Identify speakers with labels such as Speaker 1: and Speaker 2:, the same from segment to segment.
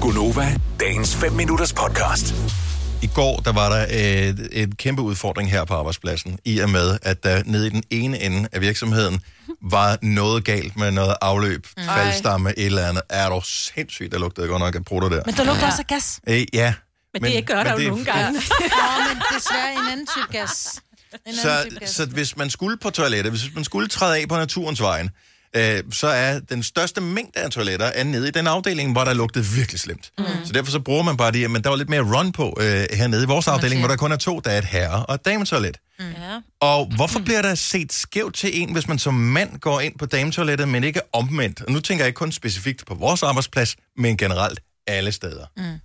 Speaker 1: Gunova, dagens 5 minutters podcast.
Speaker 2: I går, der var der øh, en kæmpe udfordring her på arbejdspladsen, i og med, at der nede i den ene ende af virksomheden var noget galt med noget afløb, mm. faldstamme, et eller andet. Er du sindssygt, der lugtede godt nok af prutter der.
Speaker 3: Men der lugter også af gas.
Speaker 2: Øh, ja.
Speaker 4: Men, men det gør der jo
Speaker 2: det-
Speaker 4: nogle gange.
Speaker 3: Åh, men desværre en anden type gas. En
Speaker 2: Så, så hvis man skulle på toilettet, hvis man skulle træde af på naturens vejen, øh, så er den største mængde af toiletter er nede i den afdeling, hvor der lugtede virkelig slemt. Mm. Så derfor så bruger man bare det, men der var lidt mere run på øh, hernede i vores afdeling, hvor der kun er to, der er et herre- og et dametoilet. Mm. Og hvorfor bliver der set skævt til en, hvis man som mand går ind på dametoilettet, men ikke omvendt? Og nu tænker jeg ikke kun specifikt på vores arbejdsplads, men generelt alle steder. Mm.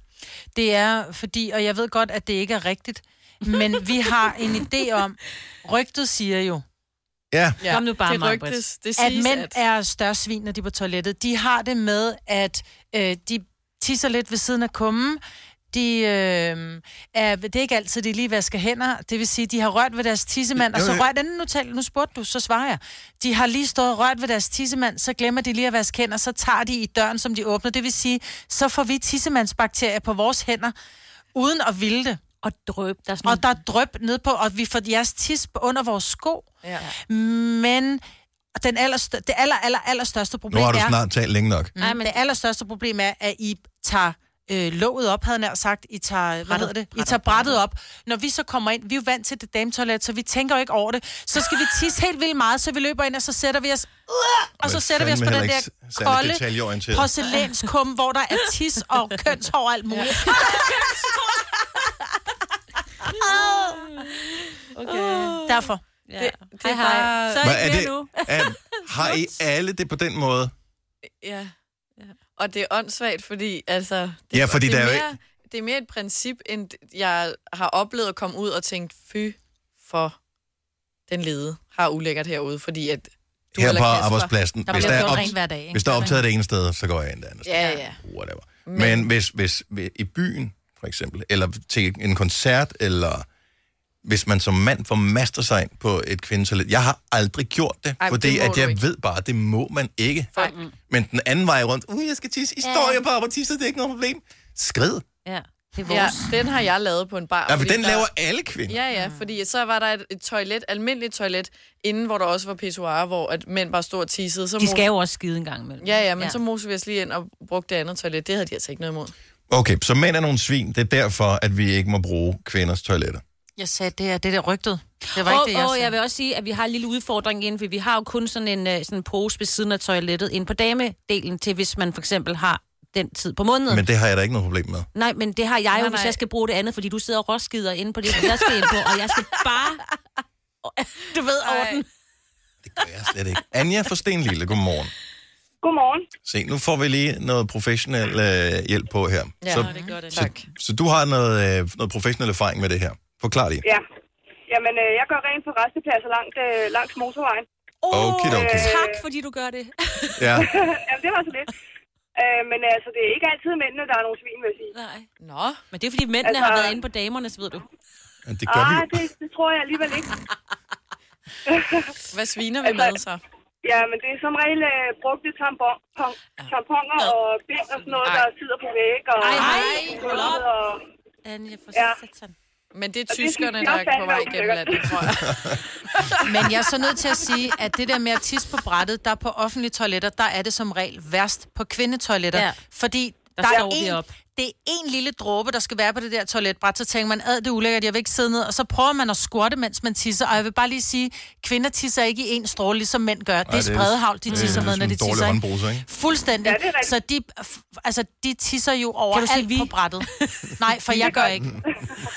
Speaker 3: Det er fordi, og jeg ved godt, at det ikke er rigtigt, men vi har en idé om, rygtet siger jo,
Speaker 2: Ja,
Speaker 4: Ja. Kom nu bare,
Speaker 5: det
Speaker 4: Marbrit.
Speaker 5: rygtes, det
Speaker 3: at
Speaker 5: siges,
Speaker 3: mænd er større svin, når de er på toilettet. De har det med, at øh, de tisser lidt ved siden af kummen. De, øh, er, det er ikke altid, de lige vasker hænder. Det vil sige, de har rørt ved deres tissemand, og
Speaker 2: Jo,
Speaker 3: så
Speaker 2: jo.
Speaker 3: rørt den nu, tal, nu spurgte du, så svarer jeg. De har lige stået og rørt ved deres tissemand, så glemmer de lige at vaske hænder, så tager de i døren, som de åbner. Det vil sige, så får vi tissemandsbakterier på vores hænder, uden at ville det.
Speaker 4: Og drøb, der er sådan
Speaker 3: Og der er drøb ned på, og vi får jeres tis under vores sko.
Speaker 5: Ja.
Speaker 3: Men den allerstør- det aller, aller, allerstørste
Speaker 2: nu
Speaker 3: problem
Speaker 2: har du
Speaker 3: er,
Speaker 2: snart talt længe nok.
Speaker 3: Nej, men... det allerstørste problem er, at I tager øh, låget op, havde jeg nær sagt. I tager, hvad hedder det? I tager brættet op. Når vi så kommer ind, vi er jo vant til det dametoilet, så vi tænker jo ikke over det. Så skal vi tisse helt vildt meget, så vi løber ind, og så sætter vi os... Og så
Speaker 2: Men
Speaker 3: sætter vi os på
Speaker 2: fandme
Speaker 3: den
Speaker 2: heller
Speaker 3: der
Speaker 2: ikke særlig
Speaker 3: kolde
Speaker 2: detaljeorienteret.
Speaker 3: porcelænskum, hvor der er tis og kønshår og alt muligt.
Speaker 5: Okay.
Speaker 3: Derfor.
Speaker 4: Ja.
Speaker 5: det-
Speaker 4: Det,
Speaker 5: det
Speaker 4: det
Speaker 5: er
Speaker 4: hej, hej.
Speaker 5: bare-
Speaker 4: Så er
Speaker 2: Hvad
Speaker 4: I
Speaker 2: er
Speaker 4: flere
Speaker 2: det?
Speaker 4: nu.
Speaker 2: Er, har I alle det på den måde?
Speaker 5: Ja. Og det er åndssvagt, fordi altså... Det,
Speaker 2: Ja, fordi
Speaker 5: det
Speaker 2: der
Speaker 5: er
Speaker 2: er jo
Speaker 5: mere, Det er mere et princip, end jeg har oplevet at komme ud og tænke, fy for den lede har ulækkert herude, fordi at du
Speaker 2: her
Speaker 5: eller
Speaker 2: på
Speaker 5: Kasper-
Speaker 2: arbejdspladsen.
Speaker 3: Der
Speaker 2: hvis,
Speaker 3: bliver
Speaker 2: der
Speaker 3: gjort
Speaker 2: er
Speaker 3: rent hver dag, ikke?
Speaker 2: hvis der er optaget det ene sted, så går jeg ind det andet
Speaker 5: Ja,
Speaker 2: sted.
Speaker 5: ja.
Speaker 2: Whatever. Men, Men hvis, hvis, hvis i byen, for eksempel, eller til en koncert, eller hvis man som mand formaster sig ind på et kvindetoilet. Jeg har aldrig gjort det,
Speaker 5: Ej,
Speaker 2: Ej,
Speaker 5: men
Speaker 2: fordi
Speaker 5: det må
Speaker 2: at
Speaker 5: du
Speaker 2: jeg
Speaker 5: ikke.
Speaker 2: ved bare, det må man ikke.
Speaker 5: Nej.
Speaker 2: Men den anden vej rundt, uh, jeg skal tisse, I står jo bare og tisser, det er ikke noget problem. Skrid.
Speaker 4: Ja, det er
Speaker 5: Ja,
Speaker 4: vores.
Speaker 5: den har jeg lavet på en bar.
Speaker 2: Ja, for
Speaker 5: fordi
Speaker 2: den
Speaker 5: der-
Speaker 2: laver alle kvinder.
Speaker 5: Ja, ja, fordi så var der et, et toilet, almindeligt toilet, inden hvor der også var pissoir, hvor at mænd bare stod og tissede. Så
Speaker 4: De
Speaker 5: mos-
Speaker 4: skal jo også skide en gang imellem.
Speaker 5: Ja, ja, men ja. så mosede vi os lige ind og brugte det andet toilet. Det havde de altså ikke noget imod.
Speaker 2: Okay, så mænd er nogle svin. Det er derfor, at vi ikke må bruge kvinders toiletter.
Speaker 3: Jeg sagde, det er det der rygtet. Det var ikke
Speaker 4: Og,
Speaker 3: det, jeg
Speaker 4: og
Speaker 3: sagde.
Speaker 4: jeg vil også sige, at vi har en lille udfordring inden, for vi har jo kun sådan en øh, sådan en pose ved siden af toilettet inde på damedelen til, hvis man for eksempel har den tid på
Speaker 3: Mm.
Speaker 4: måneden. Men...
Speaker 2: Men det har jeg da ikke noget problem med.
Speaker 4: Nej, men det har jeg jo,
Speaker 5: Nej,
Speaker 4: hvis
Speaker 5: nej.
Speaker 4: jeg skal bruge det andet, fordi du sidder og råskider inde på det, som jeg skal ind på, og jeg skal bare... Du ved, over
Speaker 5: Ej.
Speaker 4: den.
Speaker 2: Det gør jeg slet ikke. Anja fra Stenlille, godmorgen.
Speaker 6: Godmorgen.
Speaker 2: Se, nu får vi lige noget professionel øh, hjælp på her.
Speaker 5: Ja,
Speaker 2: så,
Speaker 5: det gør det.
Speaker 2: så,
Speaker 5: Tak.
Speaker 2: så du har noget, øh, noget professionel erfaring med det her. Forklar det.
Speaker 6: Ja. Jamen, øh, jeg går rent på restepladser langt, øh, langs motorvejen.
Speaker 4: Åh,
Speaker 2: Okidoki.
Speaker 4: tak, fordi du gør det.
Speaker 2: Ja.
Speaker 6: Jamen, det var så lidt. Øh, men altså, det er ikke altid mændene, der er nogle svin, vil jeg sige.
Speaker 4: Nej.
Speaker 5: Nå,
Speaker 4: Men det er, fordi mændene altså...
Speaker 6: Altså-
Speaker 4: har været inde på damernes, ved du.
Speaker 2: ja, det gør vi
Speaker 6: Ah,
Speaker 2: jo.
Speaker 6: det, det tror jeg alligevel ikke.
Speaker 5: hvad sviner vi med så?
Speaker 6: Ja, men det er som regel øh, brugte tampon, pon- tamponer og bind og sådan noget,
Speaker 5: Ej.
Speaker 6: der sidder på væg. Og,
Speaker 4: Ej, ej,
Speaker 6: og,
Speaker 4: hold op.
Speaker 6: og,
Speaker 4: Anja, for
Speaker 3: Ja.
Speaker 6: Ja.
Speaker 4: satan.
Speaker 5: Men det er
Speaker 6: Og det synes
Speaker 5: tyskerne,
Speaker 6: jeg
Speaker 5: der
Speaker 6: også
Speaker 5: er på
Speaker 6: er
Speaker 5: vej
Speaker 6: enormt
Speaker 5: gennem landet, tror jeg.
Speaker 3: Men jeg er så nødt til at sige, at det der med at tisse på brættet, der på offentlige toiletter, der er det som regel værst på kvindetoiletter.
Speaker 4: Ja.
Speaker 3: Ja. Fordi
Speaker 4: Der
Speaker 3: der,
Speaker 4: står
Speaker 3: er
Speaker 4: vi
Speaker 3: en,
Speaker 4: op.
Speaker 3: det er en lille dråbe, der skal være på det der toiletbræt, så tænker man, ad det er ulækkert, jeg vil ikke sidde ned, og så prøver man at squatte, mens man tisser. Og jeg vil bare lige sige, kvinder tisser ikke i en stråle, ligesom mænd gør. det er
Speaker 2: det er-
Speaker 3: spredehavl, de
Speaker 2: det er-
Speaker 3: tisser
Speaker 2: det er
Speaker 3: med, når
Speaker 2: sådan
Speaker 3: de
Speaker 2: en dårlig
Speaker 3: tisser.
Speaker 2: håndbruse, ikke?
Speaker 3: Fuldstændig.
Speaker 6: Ja, det er rigtigt.
Speaker 3: så de, f- altså, de tisser jo
Speaker 4: Kan
Speaker 3: over
Speaker 4: du se
Speaker 3: alt
Speaker 4: vi?
Speaker 3: på brættet. Nej, for jeg gør ikke.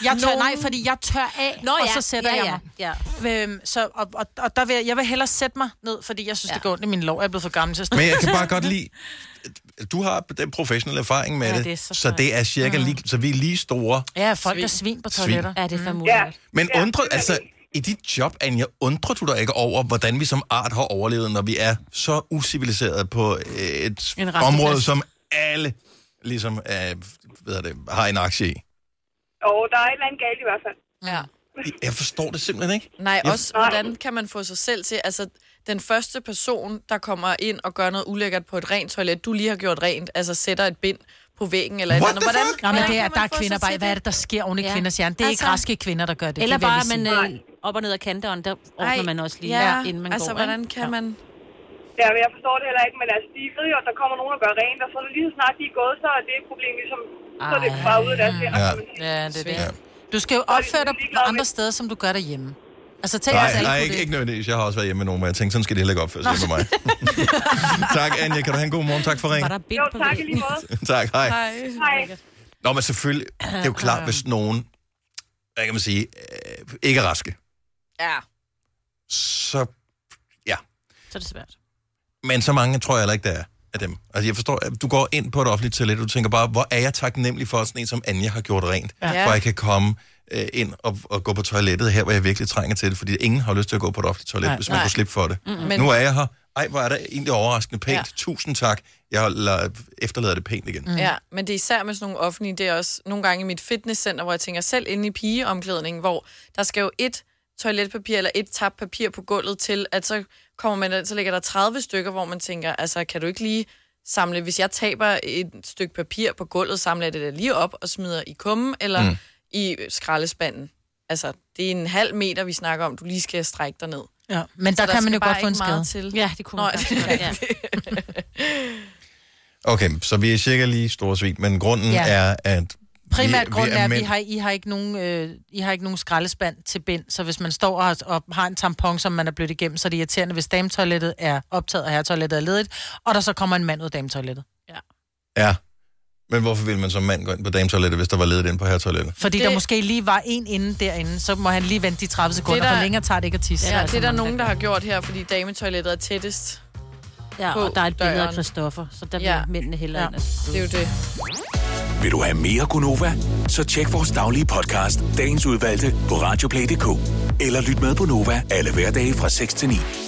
Speaker 3: Jeg tør, nej, fordi jeg tør af, Nå, og så sætter
Speaker 4: ja,
Speaker 3: jeg
Speaker 4: ja.
Speaker 3: mig.
Speaker 4: Ja.
Speaker 3: Øhm, så, og, og, og der vil jeg, jeg vil hellere sætte mig ned, fordi jeg synes, ja.
Speaker 4: Ja.
Speaker 3: det går ondt i min lov. Jeg er blevet for gammel til at stå.
Speaker 2: Men jeg kan bare godt lide, at du har den professionelle erfaring med
Speaker 4: Ja,
Speaker 2: det,
Speaker 4: det er så
Speaker 2: så, det er
Speaker 3: Mm.
Speaker 2: cirka lige, så vi er lige store.
Speaker 3: Ja, folk svin. er
Speaker 5: Svin.
Speaker 3: svin på
Speaker 2: Svin.
Speaker 3: toiletter.
Speaker 4: Ja, det er fandme
Speaker 6: ja.
Speaker 4: ja.
Speaker 2: Men
Speaker 6: ja,
Speaker 2: undrer,
Speaker 6: det er
Speaker 2: altså,
Speaker 6: det.
Speaker 2: i dit job, Anja, undrer du dig ikke over, hvordan vi som art har overlevet, når vi er så uciviliserede på øh, et
Speaker 3: En resteplads.
Speaker 2: område, som alle ligesom, øh, hvad er det, har en aktie i?
Speaker 6: Og der er et eller andet galt i hvert fald.
Speaker 5: Ja.
Speaker 2: Jeg forstår det simpelthen ikke.
Speaker 5: Nej,
Speaker 2: Jeg-
Speaker 5: også hvordan kan man få sig selv til... Altså, den første person, der kommer ind og gør noget ulækkert på et rent toilet, du lige har gjort rent, altså sætter et bind på væggen eller et
Speaker 2: What
Speaker 5: eller andet.
Speaker 2: the
Speaker 5: Hvordan,
Speaker 2: fuck?
Speaker 3: Nå, men
Speaker 5: hvordan
Speaker 3: det er,
Speaker 5: kan
Speaker 3: der er
Speaker 5: man få sig
Speaker 3: kvinder
Speaker 5: til
Speaker 3: bare, hvad er
Speaker 5: det?
Speaker 3: det, der sker oven i
Speaker 4: Ja.
Speaker 3: kvinders hjerne? Det er altså, ikke
Speaker 4: Altså-
Speaker 3: raske kvinder, der gør det.
Speaker 4: Eller
Speaker 3: det vil jeg
Speaker 4: bare,
Speaker 3: lige
Speaker 4: man
Speaker 3: sige.
Speaker 4: øh, op og ned ad kanteren, der åbner man også lige, ja, inden man
Speaker 5: altså,
Speaker 4: går.
Speaker 5: hvordan
Speaker 4: ikke?
Speaker 5: kan man...
Speaker 6: Ja, men jeg forstår det heller ikke, men altså, de ved jo, at der kommer nogen og gør rent, og så er det lige så snart, de er gået, så er det et problem ligesom... Så er det
Speaker 4: Ej.
Speaker 6: bare ud af deres hænder,
Speaker 2: Ja.
Speaker 6: kan man sige.
Speaker 3: Ja, det er det.
Speaker 2: Ja.
Speaker 3: Du skal jo
Speaker 6: er de
Speaker 3: opføre dig
Speaker 6: ligeglade
Speaker 3: på
Speaker 6: med-
Speaker 3: andre steder, som du gør derhjemme. Altså, tænk os
Speaker 2: Nej,
Speaker 3: alle
Speaker 2: nej
Speaker 3: på
Speaker 2: ikke,
Speaker 3: det.
Speaker 2: ikke nødvendigvis. Jeg har også været hjemme med nogen, hvor jeg tænkte, sådan skal det heller ikke opføre sig hjemme med mig. tak, Anja. Kan du have en god morgen? Tak for
Speaker 4: Var
Speaker 2: ringen.
Speaker 4: der bind
Speaker 6: Jo,
Speaker 4: på
Speaker 6: tak i
Speaker 4: væggen?
Speaker 6: lige måde.
Speaker 2: tak, hej.
Speaker 5: Hej.
Speaker 6: Hej.
Speaker 2: Nå, men selvfølgelig, det er jo klart, hvis nogen, hvad kan man sige, øh, ikke er raske,
Speaker 5: Ja.
Speaker 2: så...
Speaker 4: Så er det svært.
Speaker 2: Men så mange tror jeg heller ikke, der er af dem. Altså, jeg forstår, at du går ind på et offentligt toilet, og du tænker bare, hvor er jeg taknemmelig for at sådan en, som Anja har gjort rent, ja. for at jeg kan komme øh, ind og, og gå på toilettet her, hvor jeg virkelig trænger til det, fordi ingen har lyst til at gå på et offentligt toilet, Nej.
Speaker 3: Nej.
Speaker 2: hvis man
Speaker 5: Nej.
Speaker 2: kunne slippe for det. Mm-hmm.
Speaker 5: Men-
Speaker 2: Nu er jeg her. Ej, hvor er det egentlig overraskende pænt. Ja.
Speaker 5: Ja.
Speaker 2: Tusind tak. Jeg lader, efterlader det pænt igen. Mm.
Speaker 5: Ja, men det er især med sådan nogle offentlige, det er også nogle gange i mit fitnesscenter, hvor jeg tænker selv inde i pigeomklædningen, hvor der skal jo et toiletpapir eller et tabt papir på gulvet til, at så kommer man ind, så ligger der 30 stykker, hvor man tænker, altså kan du ikke lige samle, hvis jeg taber et stykke papir på gulvet, samler jeg det der lige op og smider i kummen eller mm. i skraldespanden. Altså, det er en halv meter, vi snakker om, du lige skal strække dig ned.
Speaker 3: Ja. Men der,
Speaker 5: Så
Speaker 3: der kan man
Speaker 5: skal
Speaker 3: jo
Speaker 5: bare
Speaker 3: godt få en
Speaker 5: ikke
Speaker 3: skade.
Speaker 5: meget Til.
Speaker 4: Ja, det kunne man
Speaker 5: Nå,
Speaker 4: faktisk godt, ja.
Speaker 2: Okay, så vi er cirka lige store svin, men grunden ja.
Speaker 3: Ja.
Speaker 2: er, at
Speaker 3: Primært
Speaker 2: vi
Speaker 3: grund
Speaker 2: er
Speaker 3: er, at vi
Speaker 2: mænd.
Speaker 3: har, I, har ikke nogen, øh, I har ikke nogen skraldespand til bind, så hvis man står og, har- og har en tampon, som man er blødt igennem, så er det irriterende, hvis dametoilettet er optaget, og herretoilettet er ledigt, og der så kommer en mand ud af dametoilettet.
Speaker 2: Ja. Men hvorfor ville man som mand gå ind på dametoilettet, hvis der var ledet ind på herretoilettet?
Speaker 3: Fordi det...
Speaker 5: Det-
Speaker 3: der måske lige var en inde derinde, så må han lige vente de 30 sekunder,
Speaker 5: der-
Speaker 3: for længere tager det ikke at tisse.
Speaker 5: Ja, det er der nogen, der har gjort her, fordi dametoilettet er tættest.
Speaker 4: ja,
Speaker 5: På
Speaker 4: og der er et billede af
Speaker 5: døren.
Speaker 4: Christoffer, så
Speaker 5: Ja.
Speaker 4: der bliver mændene hellere
Speaker 3: Ja.
Speaker 4: ja.
Speaker 5: Det er jo det.
Speaker 1: Vil du have mere Gunova? Så tjek vores daglige podcast, dagens udvalgte, på radioplay.dk. Eller lyt med på Nova alle hverdage fra 6 til 9.